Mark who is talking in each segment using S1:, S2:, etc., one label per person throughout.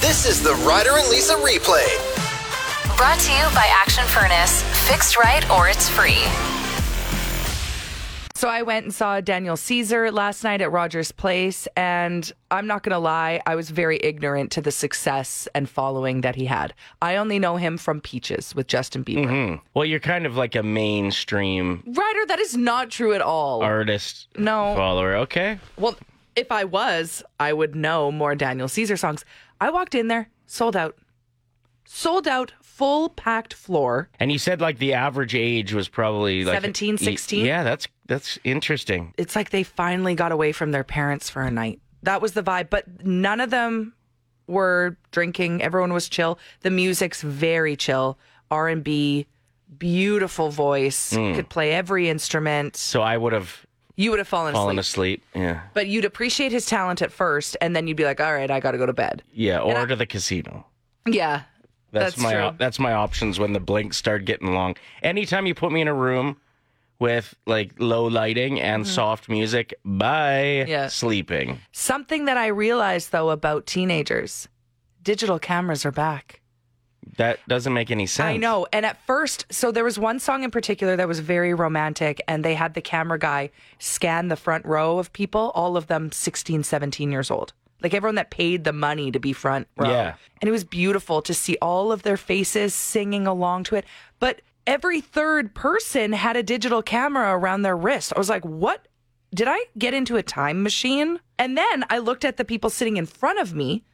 S1: This is the Ryder and Lisa replay.
S2: Brought to you by Action Furnace. Fixed right or it's free.
S3: So I went and saw Daniel Caesar last night at Rogers Place, and I'm not going to lie, I was very ignorant to the success and following that he had. I only know him from Peaches with Justin Bieber.
S4: Well, you're kind of like a mainstream
S3: Ryder, that is not true at all.
S4: artist
S3: No.
S4: follower. Okay.
S3: Well, if I was, I would know more Daniel Caesar songs. I walked in there, sold out. Sold out, full packed floor.
S4: And you said like the average age was probably like
S3: 17,
S4: y-
S3: 16?
S4: Yeah, that's that's interesting.
S3: It's like they finally got away from their parents for a night. That was the vibe, but none of them were drinking. Everyone was chill. The music's very chill. R&B, beautiful voice.
S4: Hmm.
S3: Could play every instrument.
S4: So I would have
S3: You would have fallen,
S4: fallen
S3: asleep.
S4: asleep. Yeah.
S3: But you'd appreciate his talent at first and then you'd be like, "All right, I got to go to bed."
S4: Yeah, or to the casino.
S3: Yeah.
S4: That's,
S3: That's
S4: my
S3: true.
S4: that's my options when the blinks start getting long. Anytime you put me in a room with like low lighting and soft music, bye.
S3: Mm-hmm. Yeah.
S4: Sleeping.
S3: Something that I realized though about teenagers digital cameras are back.
S4: That doesn't make any sense.
S3: I know. And at first, so there was one song in particular that was very romantic, and they had the camera guy scan the front row of people, all of them 16, 17 years old. Like everyone that paid the money to be front row.
S4: Yeah.
S3: And it was beautiful to see all of their faces singing along to it. But every third person had a digital camera around their wrist. I was like, what? Did I get into a time machine? And then I looked at the people sitting in front of me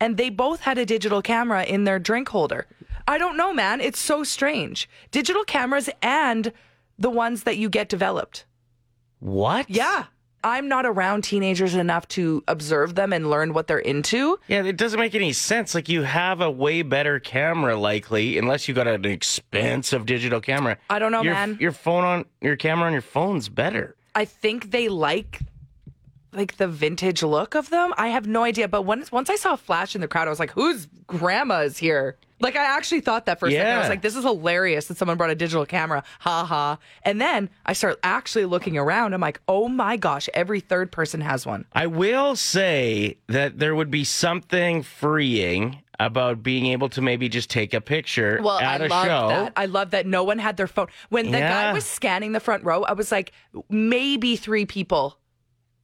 S3: and they both had a digital camera in their drink holder. I don't know, man. It's so strange. Digital cameras and the ones that you get developed.
S4: What?
S3: Yeah. I'm not around teenagers enough to observe them and learn what they're into.
S4: Yeah, it doesn't make any sense. Like you have a way better camera, likely, unless you got an expensive digital camera.
S3: I don't know,
S4: your,
S3: man.
S4: Your phone on your camera on your phone's better.
S3: I think they like like the vintage look of them. I have no idea, but once once I saw a flash in the crowd, I was like, "Whose grandma is here?" Like I actually thought that for a second. I was
S4: Yeah.
S3: like, "This is hilarious that someone brought a digital camera." Ha ha. And then I start actually looking around. I'm like, "Oh my gosh, every third person has one."
S4: I will say that there would be something freeing about being able to maybe just take a picture
S3: Well,
S4: at
S3: I
S4: a
S3: love
S4: show.
S3: that. I love that no one had their phone. When the guy
S4: Yeah.
S3: was scanning the front row, I was like, maybe 3 people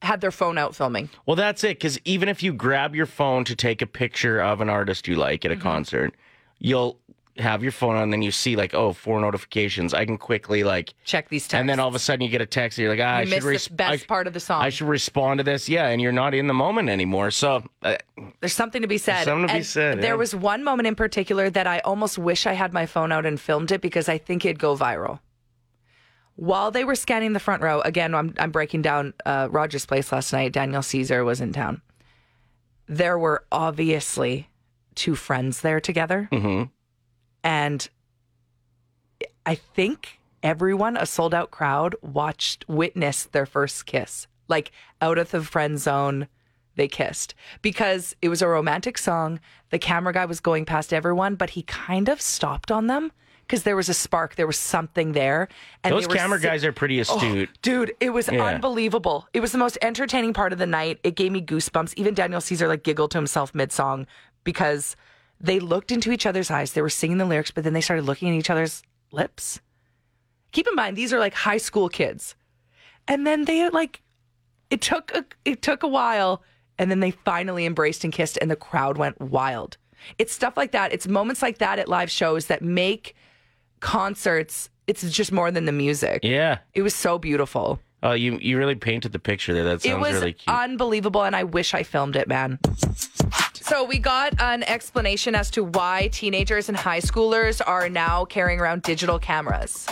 S3: had their phone out filming.
S4: Well, that's it. Because even if you grab your phone to take a picture of an artist you like
S3: Mm-hmm.
S4: at a concert, you'll have your phone on, and then you see like, oh, four notifications. I can quickly like
S3: Check these texts.
S4: And then all of a sudden you get a text and you're like, ah, I
S3: You
S4: should
S3: missed the
S4: resp-
S3: best
S4: I-
S3: part of the song.
S4: I should respond to this. Yeah, and you're not in the moment anymore. So uh,
S3: There's something to be said.
S4: There's something to be
S3: And
S4: said, yeah.
S3: There was one moment in particular that I almost wish I had my phone out and filmed it because I think it'd go viral. While they were scanning the front row, again, I'm, I'm breaking down uh, Rogers Place last night. Daniel Caesar was in town. There were obviously two friends there together.
S4: mm-hmm.
S3: And I think everyone, a sold out crowd, watched, witnessed their first kiss. Like out of the friend zone, they kissed because it was a romantic song. The camera guy was going past everyone, but he kind of stopped on them because there was a spark, there was something there. And
S4: those
S3: they were
S4: camera
S3: si- Oh.
S4: guys are pretty astute.
S3: Dude, it was
S4: Yeah.
S3: unbelievable. It was the most entertaining part of the night. It gave me goosebumps. Even Daniel Caesar like giggled to himself mid song because they looked into each other's eyes. They were singing the lyrics, but then they started looking at each other's lips. Keep in mind, these are like high school kids. And then they like it took a it took a while, and then they finally embraced and kissed, and the crowd went wild. It's stuff like that. It's moments like that at live shows that make concerts. It's just more than the music.
S4: yeah.
S3: It was so beautiful.
S4: Oh, you you really painted the picture there. That sounds
S3: it was
S4: really cute.
S3: unbelievable, and I wish I filmed it, man. So we got an explanation as to why teenagers and high schoolers are now carrying around digital cameras.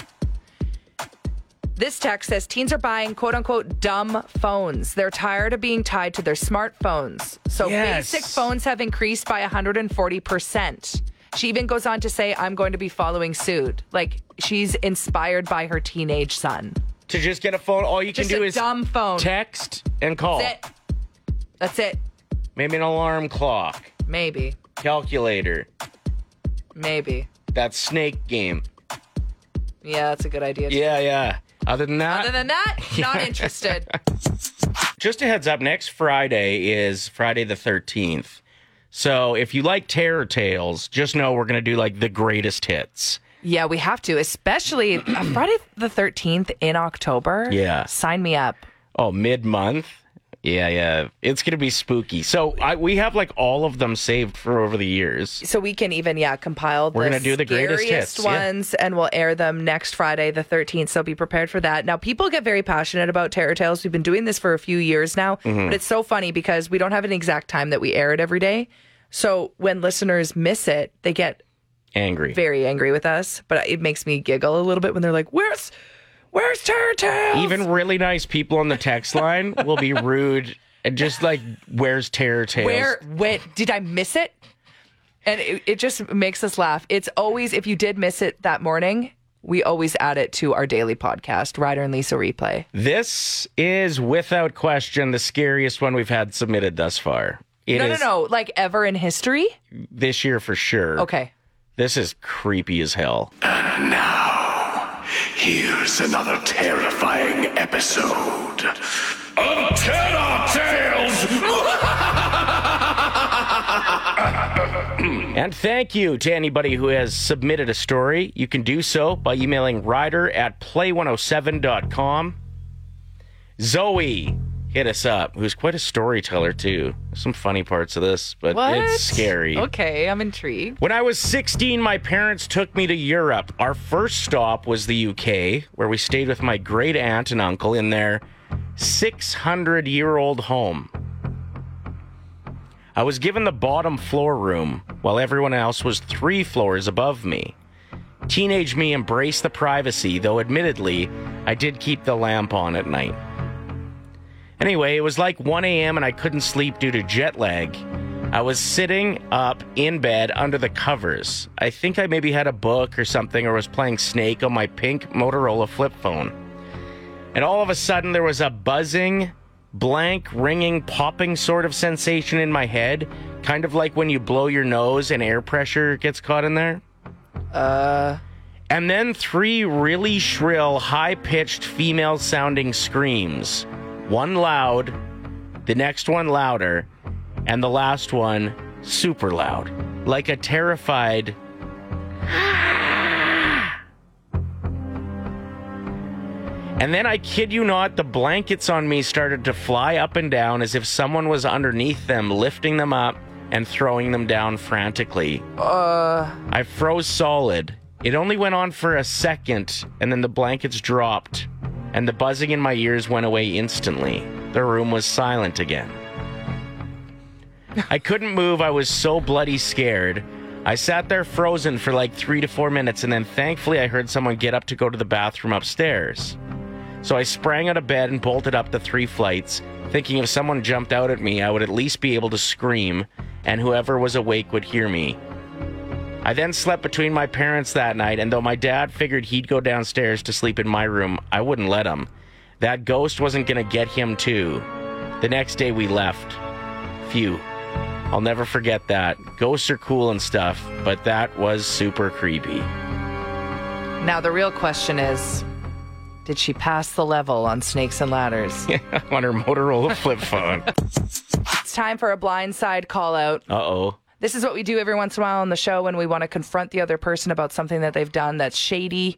S3: This text says teens are buying quote unquote dumb phones. They're tired of being tied to their smartphones. So
S4: Yes.
S3: basic phones have increased by 140%. She even goes on to say, I'm going to be following suit. Like she's inspired by her teenage son.
S4: to just get a phone, all you
S3: Just
S4: can do
S3: a
S4: is
S3: dumb phone.
S4: text and call.
S3: That's it. That's it.
S4: Maybe an alarm clock,
S3: Maybe.
S4: calculator,
S3: Maybe.
S4: that snake game.
S3: Yeah, that's a good idea.
S4: Yeah, yeah. Other than that,
S3: Other than that, not interested.
S4: just a heads up next friday is friday the 13th So if you like Terror Tales, just know we're gonna do like the greatest hits.
S3: Yeah, we have to, especially uh, Friday the 13th in October.
S4: Yeah.
S3: Sign me up.
S4: Oh, mid month. Yeah, yeah. It's gonna be spooky. So I, we have like all of them saved for over the years.
S3: So we can even, yeah, compile
S4: We're gonna do the greatest
S3: scariest
S4: hits, yeah.
S3: ones and we'll air them next Friday the 13th. So be prepared for that. Now, people get very passionate about Terror Tales. We've been doing this for a few years now,
S4: Mm-hmm.
S3: but it's so funny because we don't have an exact time that we air it every day. So when listeners miss it, they get
S4: Angry.
S3: very angry with us, but it makes me giggle a little bit when they're like, "Where's, where's Terror Tales?"
S4: Even really nice people on the text line will be rude and just like, "Where's Terror Tales?"
S3: where went did I miss it? And it, it just makes us laugh. It's always if you did miss it that morning, we always add it to our daily podcast, Ryder and Lisa replay.
S4: This is without question the scariest one we've had submitted thus far. It
S3: no,
S4: is
S3: no, no, like ever in history.
S4: This year for sure.
S3: Okay,
S4: This is creepy as hell.
S5: Now, here's another terrifying episode of Terror Tales.
S4: And thank you to anybody who has submitted a story. You can do so by emailing rider at play107.com. Zoe hit us up, who's quite a storyteller, too. Some funny parts of this, but
S3: what?
S4: it's scary.
S3: Okay, I'm intrigued.
S4: When I was 16, my parents took me to Europe. Our first stop was the UK, where we stayed with my great aunt and uncle in their 600 year old home. I was given the bottom floor room, while everyone else was three floors above me. Teenage me embraced the privacy, though admittedly, I did keep the lamp on at night. Anyway, it was like 1 a.m. and I couldn't sleep due to jet lag. I was sitting up in bed under the covers. I think I maybe had a book or something or was playing Snake on my pink Motorola flip phone. And all of a sudden, there was a buzzing, blank, ringing, popping sort of sensation in my head, kind of like when you blow your nose and air pressure gets caught in there. And then three really shrill, high pitched female sounding screams. One loud, the next one louder, and the last one super loud. Like a terrified. And then I kid you not, the blankets on me started to fly up and down as if someone was underneath them, lifting them up and throwing them down frantically. I froze solid. It only went on for a second, and then the blankets dropped, and the buzzing in my ears went away instantly. The room was silent again. I couldn't move. I was so bloody scared. I sat there frozen for like three to four minutes, and then thankfully I heard someone get up to go to the bathroom upstairs. So I sprang out of bed and bolted up the three flights, thinking if someone jumped out at me, I would at least be able to scream, and whoever was awake would hear me. I then slept between my parents that night, and though my dad figured he'd go downstairs to sleep in my room, I wouldn't let him. That ghost wasn't gonna get him, too. The next day we left. Phew. I'll never forget that. Ghosts are cool and stuff, but that was super creepy.
S3: Now the real question is, did she pass the level on snakes and ladders?
S4: On her Motorola flip phone. uh
S3: it's time for a blindside call out.
S4: oh.
S3: This is what we do every once in a while on the show when we want to confront the other person about something that they've done that's shady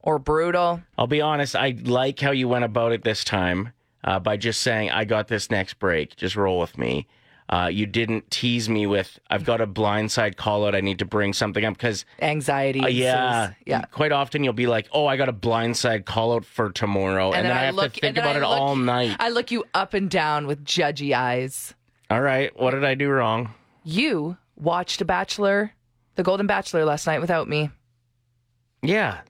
S3: or brutal.
S4: I'll be honest, I like how you went about it this time uh, by just saying, I got this next break. Just roll with me. Uh, you didn't tease me with, I've got a blindside call out. I need to bring something up because,
S3: anxiety.
S4: uh, yeah,
S3: ensues. yeah.
S4: Quite often you'll be like, oh, I got a blindside call out for tomorrow. And, then, I, have
S3: look-
S4: to
S3: and
S4: think
S3: then
S4: about
S3: I
S4: it
S3: look-
S4: all night.
S3: I look you up and down with judgy eyes.
S4: all right, what did I do wrong?
S3: You watched a Bachelor, The Golden Bachelor, last night without me.
S4: Yeah,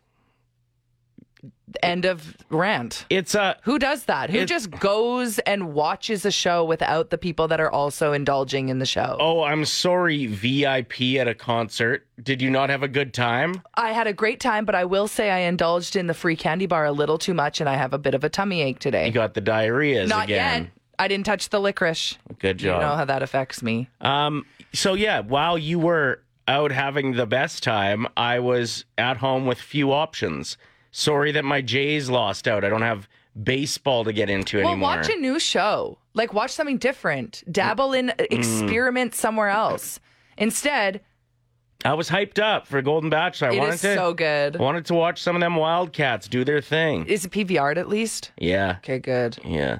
S3: The End of rant.
S4: it's a.
S3: Who does that? Who
S4: It-
S3: just goes and watches a show without the people that are also indulging in the show?
S4: Oh, I'm sorry, VIP at a concert. Did you not have a good time?
S3: I had a great time, but I will say I indulged in the free candy bar a little too much, and I have a bit of a tummy ache today.
S4: You got the diarrheas
S3: Not
S4: again.
S3: yet. I didn't touch the licorice.
S4: Good
S3: You
S4: job.
S3: know how that affects me.
S4: Um, so yeah, while you were out having the best time, I was at home with few options. Sorry that my Jays lost out. I don't have baseball to get into
S3: Well,
S4: anymore.
S3: watch a new show. Like, watch something different. Dabble in,
S4: Mm.
S3: experiment somewhere else. Instead,
S4: I was hyped up for Golden Bachelor. I
S3: it
S4: wanted
S3: is
S4: to
S3: so good.
S4: I wanted to watch some of them Wildcats do their thing.
S3: Is it PVR'd at least?
S4: Yeah,
S3: Okay, good.
S4: yeah.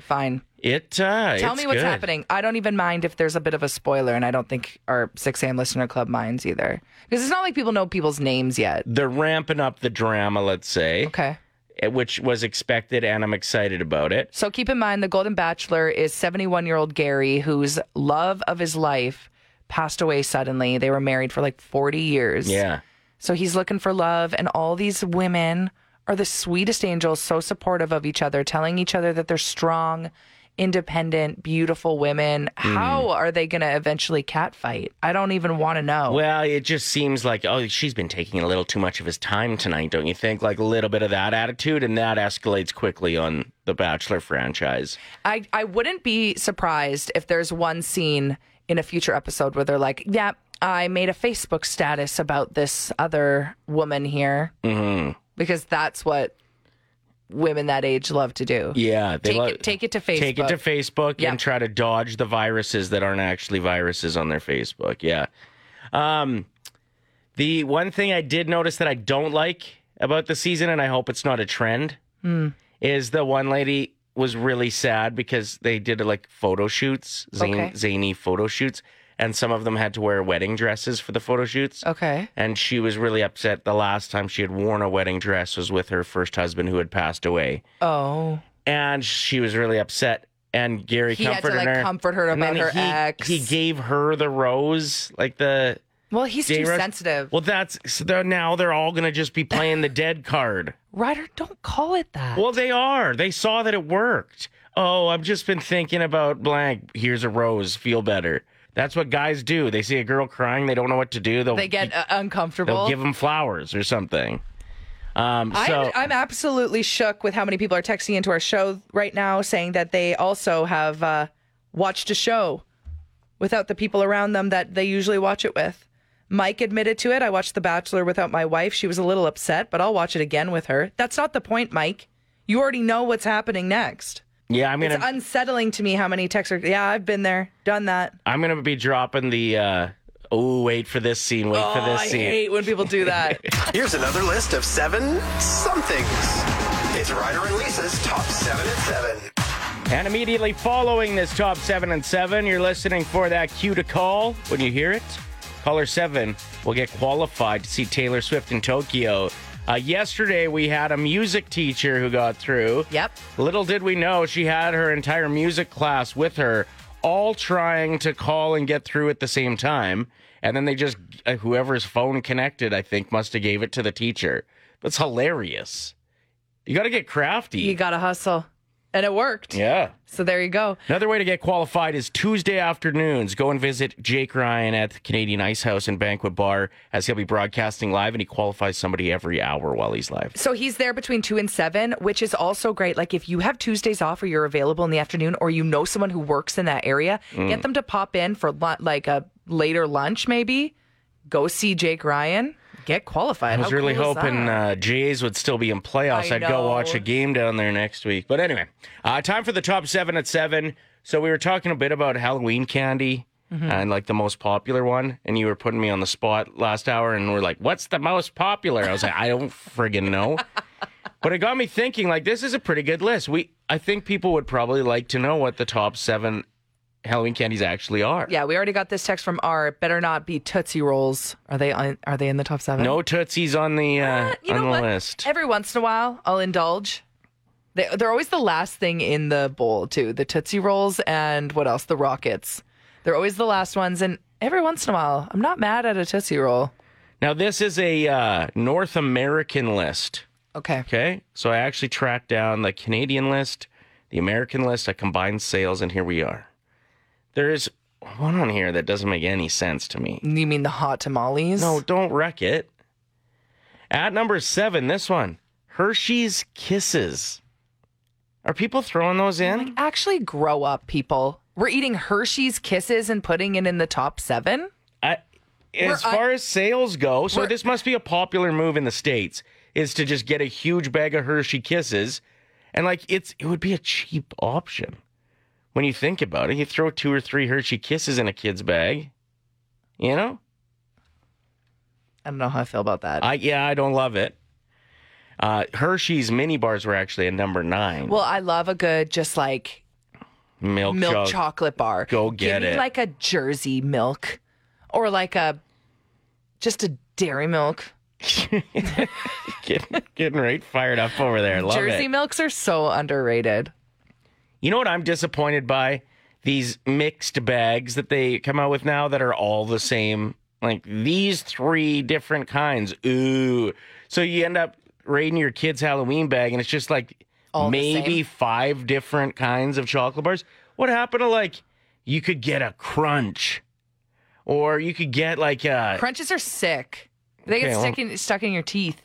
S3: Fine.
S4: It. Uh,
S3: Tell
S4: it's
S3: me what's
S4: good.
S3: happening. I don't even mind if there's a bit of a spoiler, and I don't think our 6 a.m. listener club minds either. Because it's not like people know people's names yet.
S4: They're ramping up the drama, let's say,
S3: Okay.
S4: eh, which was expected, and I'm excited about it.
S3: So keep in mind the Golden Bachelor is 71 year old Gary, whose love of his life passed away suddenly. They were married for like 40 years.
S4: Yeah,
S3: So he's looking for love, and all these women are the sweetest angels, so supportive of each other, telling each other that they're strong, independent, beautiful women. How are they going to eventually catfight? I don't even want to know.
S4: Well, it just seems like, oh, she's been taking a little too much of his time tonight, don't you think? Like a little bit of that attitude, and that escalates quickly on the Bachelor franchise.
S3: I, I wouldn't be surprised if there's one scene in a future episode where they're like, yeah, I made a Facebook status about this other woman here. Mm-hmm. Because that's what women that age love to do.
S4: Yeah, they
S3: Take,
S4: lo-
S3: it, take it to Facebook.
S4: Take it to Facebook
S3: Yep.
S4: and try to dodge the viruses that aren't actually viruses on their Facebook. Yeah. Um, the one thing I did notice that I don't like about the season, and I hope it's not a trend, is the one lady was really sad because they did like photo shoots, zany,
S3: Okay.
S4: zany photo shoots, and some of them had to wear wedding dresses for the photo shoots.
S3: Okay.
S4: And she was really upset the last time she had worn a wedding dress was with her first husband who had passed away
S3: Oh.
S4: and she was really upset. And Gary
S3: He had to,
S4: comforted
S3: like,
S4: her,
S3: comfort her
S4: And
S3: about
S4: then
S3: her
S4: he,
S3: ex.
S4: He gave her the rose, like the
S3: Well, he's
S4: day
S3: too
S4: rose.
S3: sensitive.
S4: Well, that's so they're, now they're all gonna just be playing the dead card.
S3: Ryder, don't call it that.
S4: Well, they are. They saw that it worked. Oh, I've just been thinking about blank. Here's a rose. Feel better. That's what guys do. They see a girl crying, they don't know what to do. They'll
S3: they get uh, uncomfortable.
S4: they'll give them flowers or something. Um,
S3: I'm,
S4: so
S3: I'm absolutely shook with how many people are texting into our show right now saying that they also have uh, watched a show without the people around them that they usually watch it with. Mike admitted to it. I watched The Bachelor without my wife. She was a little upset, but I'll watch it again with her. That's not the point, Mike. You already know what's happening next.
S4: yeah, I'm gonna
S3: It's unsettling to me how many texts are, yeah, I've been there, done that.
S4: I'm gonna be dropping the. Uh, oh, wait for this scene. Wait for this
S3: Oh, I
S4: scene.
S3: hate when people do that.
S1: Here's another list of seven somethings. It's Ryder and Lisa's top seven and seven.
S4: And immediately following this top seven and seven, you're listening for that cue to call when you hear it. Caller seven will get qualified to see Taylor Swift in Tokyo. Uh, yesterday, we had a music teacher who got through.
S3: Yep.
S4: Little did we know she had her entire music class with her, all trying to call and get through at the same time. And then they just, uh, whoever's phone connected, I think, must have gave it to the teacher. That's hilarious. You got to get crafty.
S3: you got to hustle. And it worked.
S4: yeah.
S3: So there you go.
S4: Another way to get qualified is Tuesday afternoons. Go and visit Jake Ryan at the Canadian Ice House and Banquet Bar as he'll be broadcasting live and he qualifies somebody every hour while he's live.
S3: So he's there between two and seven, which is also great. Like if you have Tuesdays off or you're available in the afternoon, or you know someone who works in that area, get them to pop in for lu- like a later lunch, maybe. Go see Jake Ryan. Get qualified.
S4: I was really hoping uh, Jays would still be in playoffs.
S3: I
S4: I'd go watch
S3: know.
S4: a game down there next week. But anyway, uh, time for the top seven at seven. So we were talking a bit about Halloween candy
S3: Mm-hmm.
S4: and like the most popular one. And you were putting me on the spot last hour and we're like, what's the most popular? I was like, I don't friggin' know. But it got me thinking, like, this is a pretty good list. We, I think people would probably like to know what the top seven Halloween candies actually are.
S3: yeah, we already got this text from R. It better not be Tootsie Rolls. Are they on, are they in the top seven?
S4: No Tootsies on the uh,
S3: You
S4: on
S3: know
S4: the
S3: what?
S4: list.
S3: Every once in a while, I'll indulge. They, they're always the last thing in the bowl, too. The Tootsie Rolls and what else? The Rockets. They're always the last ones. And every once in a while, I'm not mad at a Tootsie Roll.
S4: Now, this is a uh, North American list.
S3: Okay.
S4: Okay. So I actually tracked down the Canadian list, the American list, I combined sales, and here we are. There is one on here that doesn't make any sense to me.
S3: You mean the hot tamales?
S4: No, don't wreck it. At number seven, this one Hershey's Kisses. Are people throwing those in?
S3: Actually, grow up, people. We're eating Hershey's Kisses and putting it in the top seven?
S4: I,
S3: We're-
S4: as
S3: I-
S4: far as sales go, so
S3: We're-
S4: this must be a popular move in the States, is to just get a huge bag of Hershey Kisses And like it's it would be a cheap option. When you think about it, you throw two or three Hershey kisses in a kid's bag. You know?
S3: I don't know how I feel about that.
S4: I yeah, I don't love it. Uh, Hershey's mini bars were actually a number nine.
S3: well, I love a good just like
S4: milk,
S3: milk
S4: choc-
S3: chocolate bar.
S4: Go get
S3: Give me
S4: it.
S3: like a Jersey milk or like a just a dairy milk.
S4: Getting, getting right fired up over there. Love
S3: Jersey
S4: it.
S3: milks are so underrated.
S4: You know what I'm disappointed by? These mixed bags that they come out with now that are all the same. Like these three different kinds. Ooh. So you end up raiding your kid's Halloween bag and it's just like
S3: All the
S4: maybe
S3: same.
S4: five different kinds of chocolate bars. What happened to like you could get a crunch or you could get like uh, a
S3: Crunches are sick. They get
S4: Okay, well-
S3: stuck, in, stuck in your teeth.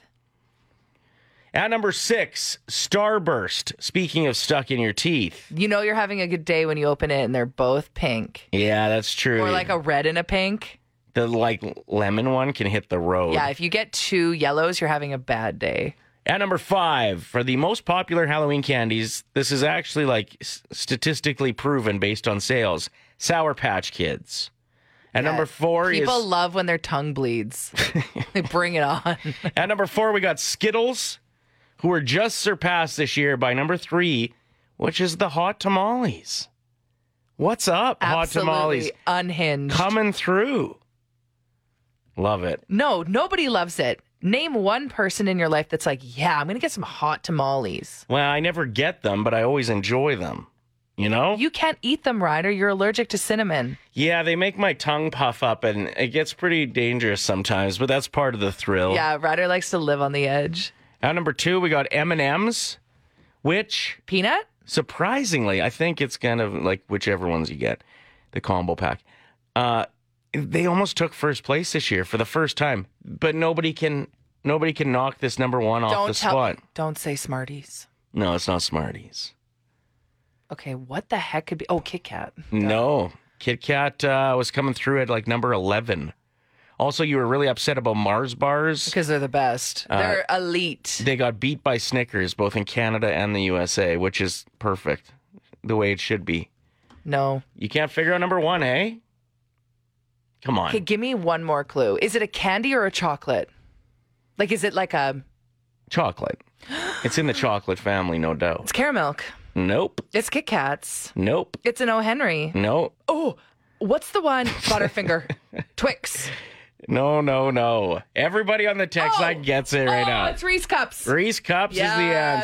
S4: At number six, Starburst. Speaking of stuck in your teeth.
S3: You know you're having a good day when you open it and they're both pink.
S4: Yeah, that's true.
S3: Or like a red and a pink.
S4: the like lemon one can hit the road.
S3: Yeah, if you get two yellows, you're having a bad day.
S4: At number five, for the most popular Halloween candies, this is actually like s- statistically proven based on sales. Sour Patch Kids. At number four
S3: People
S4: is
S3: love when their tongue bleeds. they bring it on.
S4: at number four we got Skittles, who were just surpassed this year by number three, which is the hot tamales. What's up,
S3: Absolutely
S4: hot tamales?
S3: unhinged.
S4: coming through. Love it.
S3: No, nobody loves it. Name one person in your life that's like, yeah, I'm going to get some hot tamales.
S4: Well, I never get them, but I always enjoy them. You know?
S3: You can't eat them, Ryder. You're allergic to cinnamon.
S4: yeah, they make my tongue puff up and it gets pretty dangerous sometimes, but that's part of the thrill.
S3: Yeah, Ryder likes to live on the edge.
S4: At number 2, we got M&Ms, which
S3: Peanut?
S4: surprisingly, I think it's kind of like whichever ones you get, the combo pack. Uh they almost took first place this year for the first time, but nobody can nobody can knock this number 1 off the
S3: Don't tell.
S4: spot.
S3: Don't say Smarties.
S4: No, it's not Smarties.
S3: Okay, what the heck could be? Oh, Kit Kat.
S4: No, Kit Kat uh, was coming through at like number eleven. Also, you were really upset about Mars bars.
S3: Because they're the best. they're elite.
S4: Uh, They got beat by Snickers both in Canada and the USA, which is perfect, the way it should be.
S3: no.
S4: You can't figure out number one, eh? Come on.
S3: Okay, give me one more clue. Is it a candy or a chocolate? Like, is it like a.
S4: chocolate. It's in the chocolate family, no doubt.
S3: It's caramel.
S4: Nope.
S3: It's Kit Kats.
S4: Nope.
S3: It's an O. Henry.
S4: Nope.
S3: Oh, what's the one? Butterfinger. Twix.
S4: No, no, no. Everybody on the text
S3: Oh!
S4: line gets it right
S3: oh,
S4: now.
S3: it's Reese Cups.
S4: Reese Cups
S3: Yes.
S4: is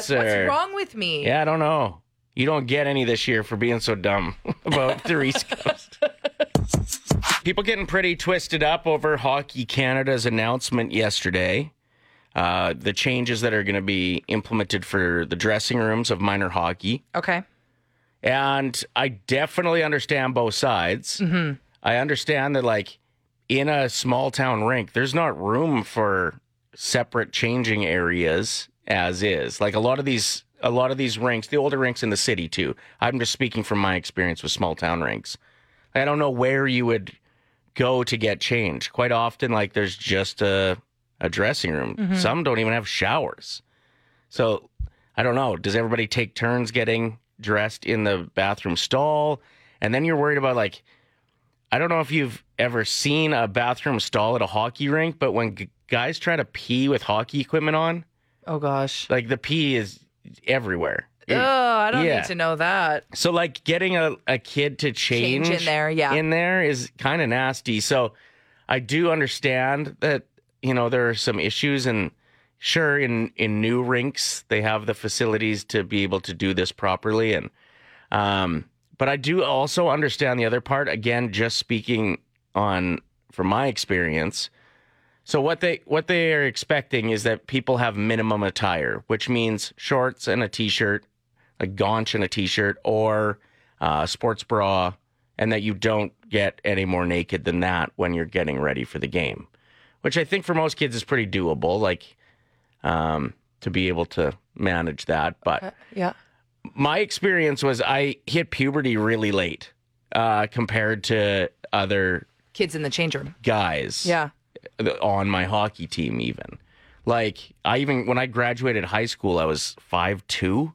S4: the answer.
S3: What's wrong with me?
S4: Yeah, I don't know. You don't get any this year for being so dumb about the East Coast. People getting pretty twisted up over Hockey Canada's announcement yesterday. Uh, the changes that are going to be implemented for the dressing rooms of minor hockey.
S3: Okay.
S4: And I definitely understand both sides. I understand that, like, in a small town rink, there's not room for separate changing areas as is. Like a lot of these, a lot of these rinks, the older rinks in the city too. I'm just speaking from my experience with small town rinks. I don't know where you would go to get changed. Quite often, like there's just a a dressing room. Some don't even have showers. So I don't know. Does everybody take turns getting dressed in the bathroom stall? And then you're worried about like I don't know if you've ever seen a bathroom stall at a hockey rink, but when g- guys try to pee with hockey equipment on,
S3: Oh, gosh.
S4: like the pee is everywhere.
S3: Oh, I don't
S4: Yeah.
S3: need to know that.
S4: So like getting a, a kid to change,
S3: Change in there, yeah.
S4: in there is kind of nasty. So I do understand that you know there are some issues, and sure, in in new rinks they have the facilities to be able to do this properly, and um, but I do also understand the other part. Again, just speaking on from my experience. So what they what they are expecting is that people have minimum attire, which means shorts and a t-shirt a gaunch and a t-shirt or a sports bra and that you don't get any more naked than that when you're getting ready for the game which i think for most kids is pretty doable like um, to be able to manage that but
S3: Yeah.
S4: my experience was i hit puberty really late uh, compared to other
S3: Kids in the change room.
S4: guys
S3: Yeah.
S4: on my hockey team even like i even when i graduated high school i was 5'2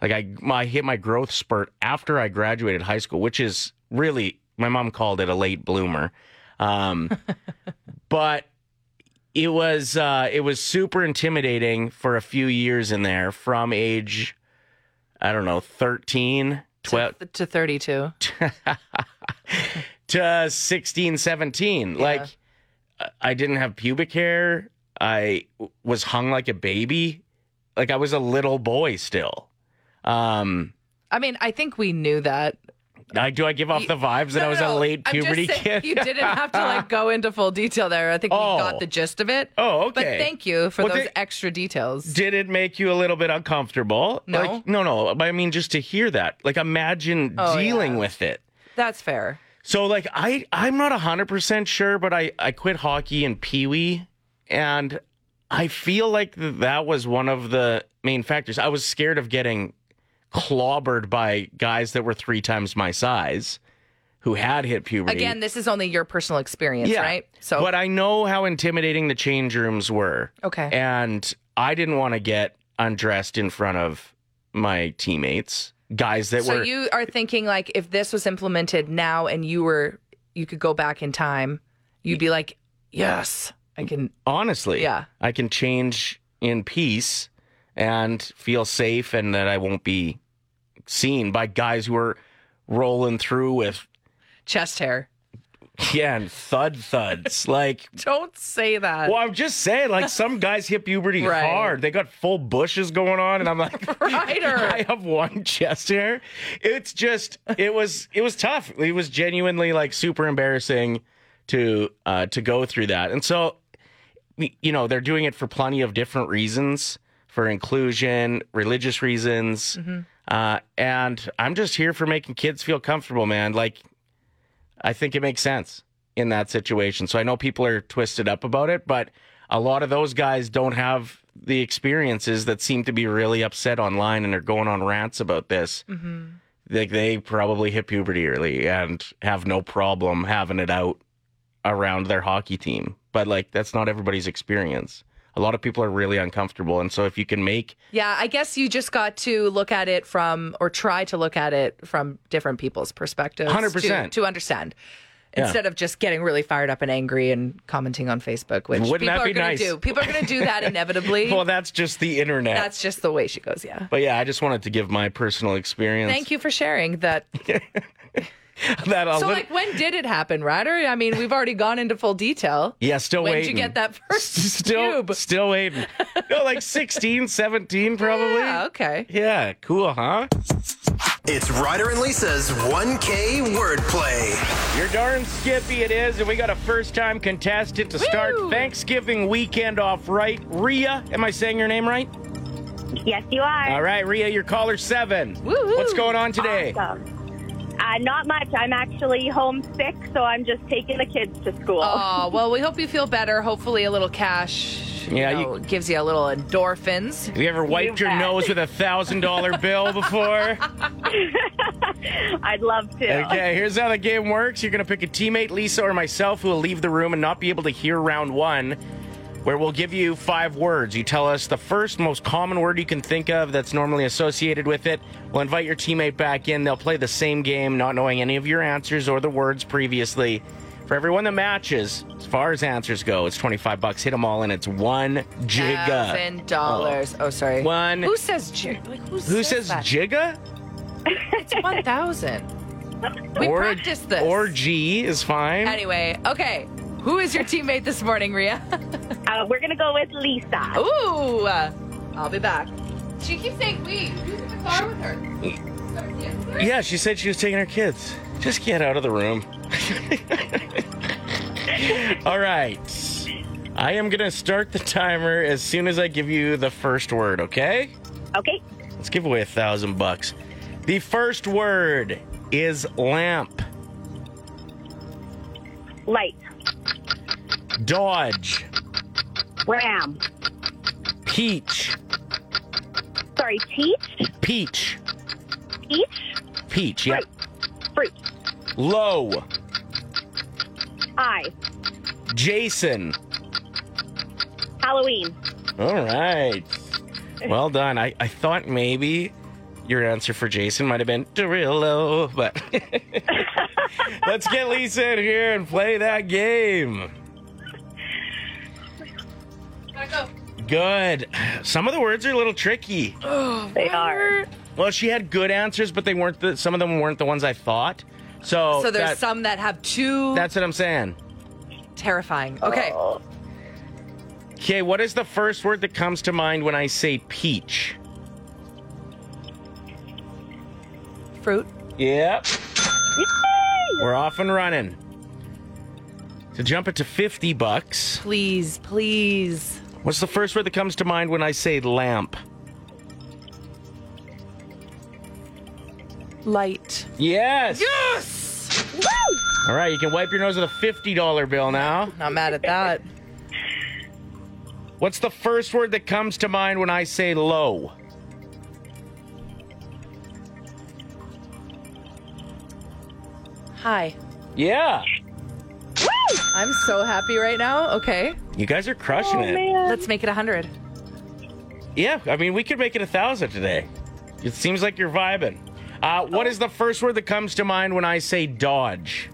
S4: Like I, my, I hit my growth spurt after I graduated high school, which is really my mom called it a late bloomer. Um, but it was uh, it was super intimidating for a few years in there from age I don't know 13, 12
S3: to, to 32.
S4: to 16, 17. Like I- I didn't have pubic hair. I w- was hung like a baby. Like I was a little boy still. Um
S3: I mean, I think we knew that.
S4: I do I give off the vibes that
S3: No,
S4: I was
S3: no,
S4: a
S3: no.
S4: late
S3: I'm just
S4: puberty
S3: saying
S4: kid?
S3: You didn't have to like go into full detail there. I think
S4: Oh.
S3: we got the gist of it.
S4: Oh,
S3: But
S4: okay.
S3: thank you for
S4: Well,
S3: those
S4: they-
S3: extra details.
S4: Did it make you a little bit uncomfortable?
S3: No.
S4: Like, no, no. But I mean, just to hear that, like, imagine
S3: Oh,
S4: dealing
S3: yeah.
S4: with it.
S3: That's fair.
S4: So, like, I I'm not hundred percent sure, but I I quit hockey in Pee Wee, and I feel like th- that was one of the main factors. I was scared of getting clobbered by guys that were three times my size, who had hit puberty.
S3: Again, this is only your personal experience, right? So
S4: but I know how intimidating the change rooms were.
S3: Okay.
S4: and I didn't want to get undressed in front of my teammates, guys that
S3: so
S4: were.
S3: you are thinking like if this was implemented now and you were you could go back in time, you'd be like, "Yes, I can."
S4: honestly,
S3: Yeah.
S4: I can change in peace and feel safe, and that I won't be seen by guys who are rolling through with
S3: Chest hair.
S4: yeah and thud thuds like.
S3: Don't say that.
S4: Well, I'm just saying, like some guys hit puberty
S3: Right.
S4: hard. They got full bushes going on, and I'm like,
S3: Ryder.
S4: I have one chest hair. It's just it was it was tough. It was genuinely like super embarrassing to uh to go through that. And so you know, they're doing it for plenty of different reasons, for inclusion, religious reasons. Uh and I'm just here for making kids feel comfortable, man. Like I think it makes sense in that situation. So I know people are twisted up about it, but a lot of those guys don't have the experiences that seem to be really upset online and are going on rants about this.
S3: Mm-hmm.
S4: Like they probably hit puberty early and have no problem having it out around their hockey team. But like that's not everybody's experience. A lot of people are really uncomfortable. And so if you can make
S3: Yeah, I guess you just got to look at it from, or try to look at it from different people's perspectives.
S4: 100%.
S3: To, to understand. Instead of just getting really fired up and angry and commenting on Facebook, which
S4: Wouldn't
S3: people
S4: that
S3: are
S4: be
S3: gonna
S4: nice?
S3: do. People are going to do that inevitably.
S4: well, that's just the internet.
S3: That's just the way she goes, yeah.
S4: but yeah, I just wanted to give my personal experience.
S3: Thank you for sharing that.
S4: That a
S3: So,
S4: little-
S3: like, when did it happen, Ryder? I mean, we've already gone into full detail.
S4: Yeah, still
S3: When did
S4: waiting.
S3: you get that first
S4: still
S3: cube?
S4: still waiting. No, like 16, 17 probably.
S3: Yeah, okay.
S4: Yeah, cool, huh?
S1: It's Ryder and Lisa's 1K wordplay.
S4: You're darn skippy it is, and we got a first time contestant to start
S3: Woo!
S4: Thanksgiving weekend off right. Rhea, am I saying your name right?
S6: Yes, you are.
S4: All right, Rhea, you're caller seven.
S3: Woo-hoo.
S4: What's going on today?
S6: Awesome. Uh, not much. I'm actually homesick, so I'm just taking the kids to school.
S3: Oh, well, we hope you feel better. Hopefully, a little cash you
S4: Yeah, you-
S3: know, gives you a little endorphins.
S4: Have you ever wiped
S6: You
S4: your
S6: bet.
S4: nose with a thousand dollar bill before?
S6: I'd love to.
S4: Okay, here's how the game works. You're going to pick a teammate, Lisa or myself, who will leave the room and not be able to hear round one, where we'll give you five words. You tell us the first most common word you can think of that's normally associated with it. We'll invite your teammate back in. They'll play the same game, not knowing any of your answers or the words previously. For everyone that matches, as far as answers go, it's 25 bucks. Hit them all, and it's one jigga.
S3: Thousand dollars. Oh, sorry.
S4: One-
S3: Who says jig? Like who?
S4: Who says
S3: that?
S4: jigga?
S3: It's one thousand. We
S4: or,
S3: practiced this.
S4: Or G is fine.
S3: anyway, okay. Who is your teammate this morning, Ria?
S6: Uh, we're going to go with Lisa.
S3: Ooh, uh, I'll be back. She keeps saying we. Who's in the car with her?
S4: Yeah, she said she was taking her kids. Just get out of the room. All right. I am going to start the timer as soon as I give you the first word, okay?
S6: Okay.
S4: Let's give away a thousand bucks. The first word is lamp,
S6: Light.
S4: dodge,
S6: Ram.
S4: peach,
S6: Sorry, teach.
S4: peach,
S6: Peach.
S4: peach, yep.
S6: Fruit.
S4: Low,
S6: I.
S4: Jason.
S6: Halloween.
S4: All right. Well done. I, I thought maybe your answer for Jason might have been Dorillo, but let's get Lisa in here and play that game. Good. Some of the words are a little tricky.
S6: They are.
S4: Well, she had good answers, but they weren't. The, some of them weren't the ones I thought. So,
S3: so there's
S4: Oh, that-
S3: some that have two.
S4: That's what I'm saying.
S3: terrifying. Okay.
S6: Oh,
S4: Okay, what is the first word that comes to mind when I say peach?
S3: Fruit.
S4: Yep. We're off and running. To jump it to 50 bucks,
S3: Please, please.
S4: what's the first word that comes to mind when I say lamp?
S3: Light.
S4: Yes.
S3: Yes.
S4: All right, you can wipe your nose with a $50 bill now.
S3: Not mad at that.
S4: What's the first word that comes to mind when I say low?
S3: Hi.
S4: Yeah.
S3: I'm so happy right now. Okay.
S4: You guys are crushing it.
S6: man.
S3: Let's make it 100.
S4: Yeah, I mean, we could make it a thousand today. It seems like you're vibing. Uh, what is the first word that comes to mind when I say dodge?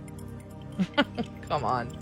S3: Come on.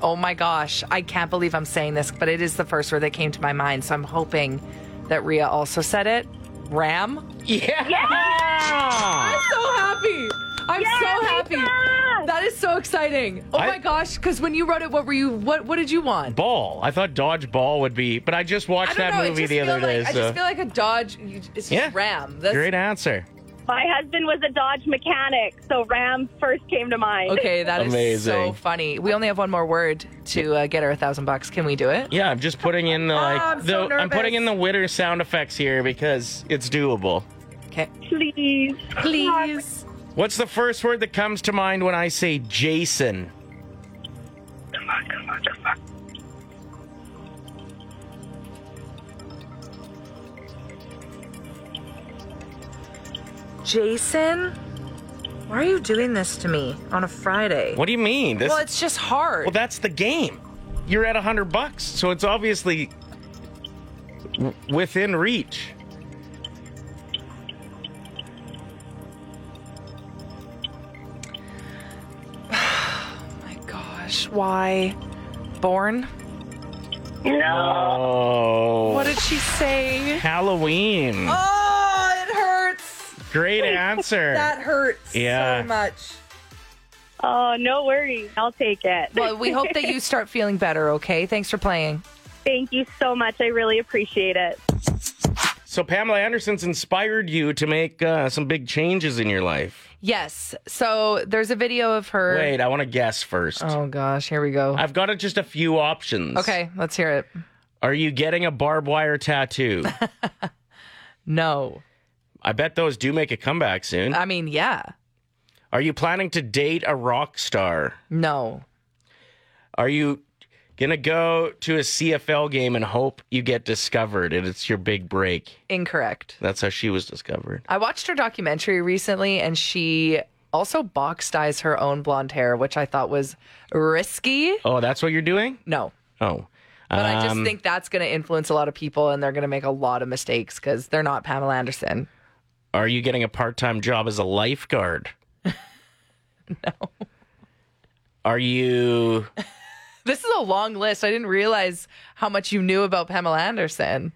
S3: Oh my gosh. I can't believe I'm saying this, but it is the first word that came to my mind. So I'm hoping that Rhea also said it. Ram?
S4: Yeah.
S3: So happy. I'm so happy. That is so exciting. Oh
S4: I-
S3: my gosh. Because when you wrote it, what were you, what, what did you want?
S4: Ball. I thought dodge ball would be, but I just watched
S3: I don't
S4: that
S3: know. it
S4: movie
S3: just
S4: the other
S3: feel
S4: day.
S3: like,
S4: so.
S3: I just feel like a Dodge, you, it's just
S4: Yeah.
S3: Ram. That's,
S4: Great answer.
S6: My husband was a Dodge mechanic, so Ram first came to mind.
S3: Okay, that is so
S4: Amazing.
S3: funny. We only have one more word to uh, get our thousand bucks. Can we do it?
S4: Yeah, I'm just putting in the like
S3: Oh, I'm
S4: the
S3: so
S4: I'm putting in the
S3: nervous.
S4: winter sound effects here because it's doable.
S3: Okay.
S6: Please.
S3: Please.
S4: What's the first word that comes to mind when I say Jason?
S6: Come on, come on, come on.
S3: Jason, why are you doing this to me on a Friday?
S4: What do you mean? This
S3: Well, it's just hard.
S4: Well, that's the game. You're at 100 bucks, so it's obviously w- within reach.
S3: oh my gosh, why? Born?
S6: No.
S4: Oh.
S3: What did she say?
S4: Halloween.
S3: Oh, it hurts.
S4: Great answer.
S3: That hurts
S4: Yeah.
S3: so much.
S6: Oh, no worries. I'll take it.
S3: Well, we hope that you start feeling better, okay? Thanks for playing.
S6: Thank you so much. I really appreciate it.
S4: so Pamela Anderson's inspired you to make uh, some big changes in your life.
S3: Yes. So there's a video of her.
S4: Wait, I want to guess first.
S3: Oh gosh, here we go.
S4: I've got uh, just a few options.
S3: Okay, let's hear it.
S4: Are you getting a barbed wire tattoo?
S3: No.
S4: I bet those do make a comeback soon.
S3: I mean, yeah.
S4: Are you planning to date a rock star?
S3: No.
S4: Are you gonna go to a CFL game and hope you get discovered and it's your big break?
S3: Incorrect.
S4: That's how she was discovered.
S3: I watched her documentary recently and she also box dyes her own blonde hair, which I thought was risky.
S4: Oh, that's what you're doing?
S3: No.
S4: Oh.
S3: But I just
S4: Um,
S3: think that's going to influence a lot of people and they're going to make a lot of mistakes because they're not Pamela Anderson.
S4: Are you getting a part time job as a lifeguard? no. Are you
S3: This is a long list. I didn't realize how much you knew about Pamela Anderson.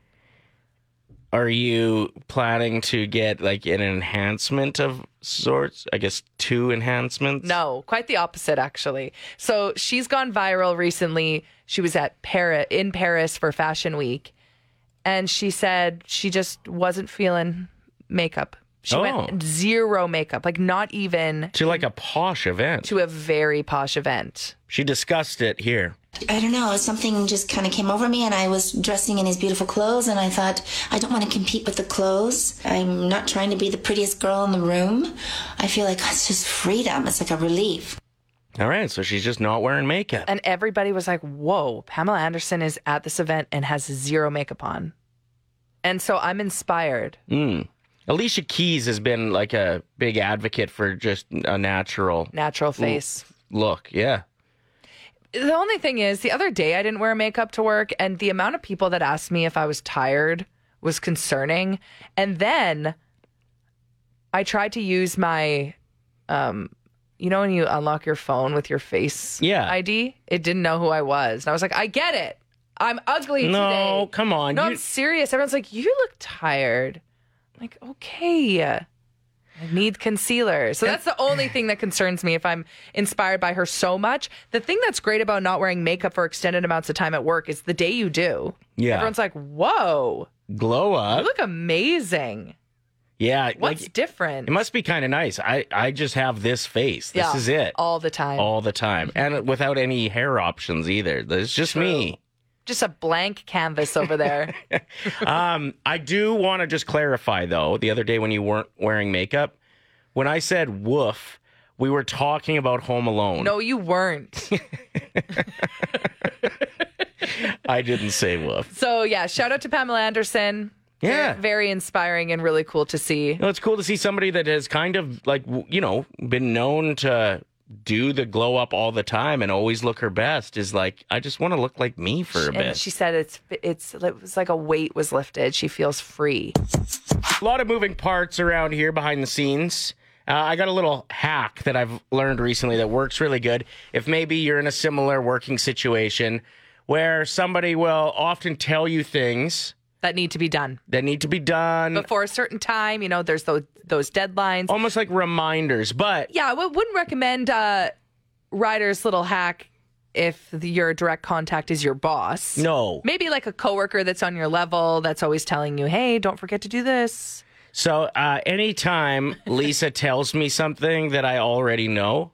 S4: are you planning to get like an enhancement of sorts? I guess two enhancements?
S3: No, quite the opposite actually. So she's gone viral recently. She was at Paris in Paris for Fashion Week, and she said she just wasn't feeling makeup. She
S4: Oh.
S3: went zero makeup, like not even
S4: To like a posh event.
S3: to a very posh event.
S4: She discussed it here.
S7: I don't know, something just kind of came over me, and I was dressing in these beautiful clothes, and I thought, I don't want to compete with the clothes. I'm not trying to be the prettiest girl in the room. I feel like it's just freedom, it's like a relief.
S4: All right, so she's just not wearing makeup.
S3: And everybody was like, whoa, Pamela Anderson is at this event and has zero makeup on. And so I'm inspired.
S4: Mm. Alicia Keys has been like a big advocate for just a natural
S3: Natural face.
S4: look. Yeah.
S3: The only thing is, the other day I didn't wear makeup to work, and the amount of people that asked me if I was tired was concerning. And then I tried to use my, um, you know, when you unlock your phone with your face
S4: Yeah.
S3: ID, it didn't know who I was, and I was like, I get it. I'm ugly today.
S4: No, come on.
S3: No,
S4: you-
S3: I'm serious. Everyone's like, you look tired. I'm like, okay. I need concealer. So that's the only thing that concerns me if I'm inspired by her so much. The thing that's great about not wearing makeup for extended amounts of time at work is the day you do.
S4: yeah.
S3: Everyone's like, whoa,
S4: Glow
S3: you
S4: up.
S3: look amazing.
S4: Yeah.
S3: What's
S4: Like,
S3: different?
S4: it must be kind of nice. I, I just have this face. This
S3: Yeah,
S4: is it.
S3: All the time.
S4: All the time. And without any hair options either. It's just me.
S3: Just a blank canvas over there.
S4: Um, I do want to just clarify though. The other day when you weren't wearing makeup, when I said woof, we were talking about Home Alone.
S3: no, you weren't.
S4: I didn't say woof.
S3: So, yeah, shout out to Pamela Anderson.
S4: Yeah.
S3: Very inspiring and really cool to see.
S4: You know, it's cool to see somebody that has kind of like w- you know been known to do the glow up all the time and always look her best. Is like I just want to look like me for a
S3: and
S4: bit.
S3: she said it's it's it was like a weight was lifted. She feels free.
S4: A lot of moving parts around here behind the scenes. Uh, I got a little hack that I've learned recently that works really good. If maybe you're in a similar working situation where somebody will often tell you things
S3: That need to be done
S4: that need to be done,
S3: before a certain time. You know, there's those those deadlines.
S4: almost like reminders, but
S3: Yeah, I w- wouldn't recommend uh, Ryder's little hack if the- your direct contact is your boss.
S4: no.
S3: Maybe like a coworker that's on your level that's always telling you, "Hey, don't forget to do this."
S4: So uh, anytime Lisa tells me something that I already know,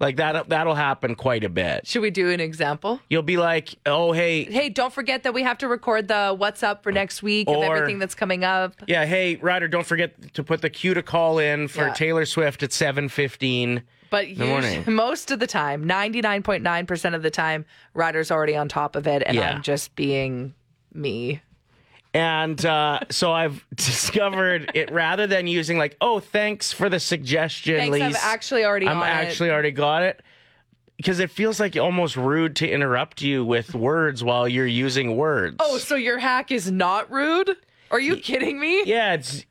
S4: like that that'll happen quite a bit.
S3: Should we do an example?
S4: You'll be like, "Oh, hey,
S3: Hey, don't forget that we have to record the what's up for next week
S4: Or-
S3: of everything that's coming up.
S4: yeah, hey, Ryder, don't forget to put the cue to call in for
S3: Yeah.
S4: Taylor Swift at 7:15."
S3: But
S4: the morning.
S3: usually, most of the time, 99.9% of the time, Ryder's already on top of it, and
S4: Yeah.
S3: I'm just being me.
S4: And uh, so I've discovered it rather than using like, "Oh, thanks for the suggestion,
S3: Thanks,
S4: Lisa."
S3: I've actually already
S4: I'm
S3: on
S4: actually
S3: it.
S4: already got it. Because it feels like almost rude to interrupt you with words while you're using words.
S3: Oh, so your hack is not rude? Are you kidding me?
S4: yeah, it's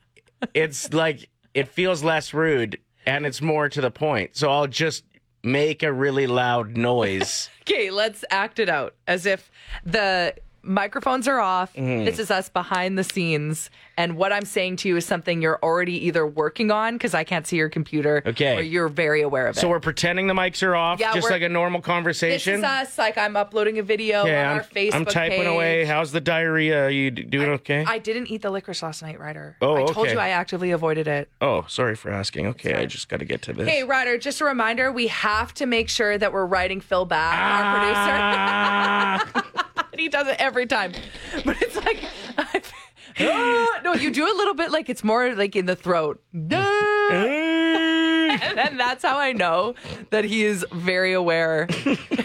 S4: it's like it feels less rude and it's more to the point. So I'll just make a really loud noise.
S3: Okay, let's act it out as if the microphones are off.
S4: Mm-hmm.
S3: This is us behind the scenes, and what I'm saying to you is something you're already either working on because I can't see your computer,
S4: Okay.
S3: or you're very aware of it.
S4: so we're pretending the mics are off,
S3: Yeah,
S4: just
S3: we're-
S4: like a normal
S3: this
S4: conversation.
S3: is us. Like I'm uploading a video
S4: Okay,
S3: on
S4: I'm,
S3: our Facebook
S4: I'm typing
S3: page.
S4: away. How's the diarrhea? Are you d- doing okay?
S3: I didn't eat the licorice last night, Ryder.
S4: Oh,
S3: I told
S4: okay.
S3: you I actively avoided it.
S4: oh, sorry for asking. Okay, I just got to get to this.
S3: Hey, Ryder, just a reminder we have to make sure that we're writing Phil back,
S4: Ah!
S3: our producer. he does it every time. But it's like, Ah, no, you do a little bit like it's more like in the throat. and
S4: Ah.
S3: then that's how I know that he is very aware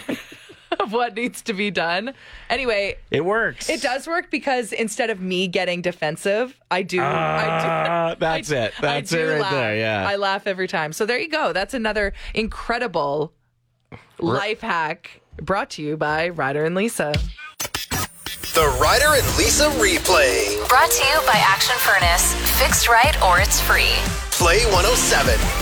S3: of what needs to be done. Anyway,
S4: it works.
S3: it does work because instead of me getting defensive, I do. I
S4: Ah,
S3: do
S4: Uh, that's
S3: I-
S4: it. That's
S3: I
S4: it
S3: do
S4: right
S3: laugh.
S4: there, yeah.
S3: I laugh every time. So there you go. That's another incredible life hack brought to you by Ryder and Lisa.
S1: The Ryder and Lisa replay.
S2: Brought to you by Action Furnace. Fixed right or it's free.
S1: Play 107.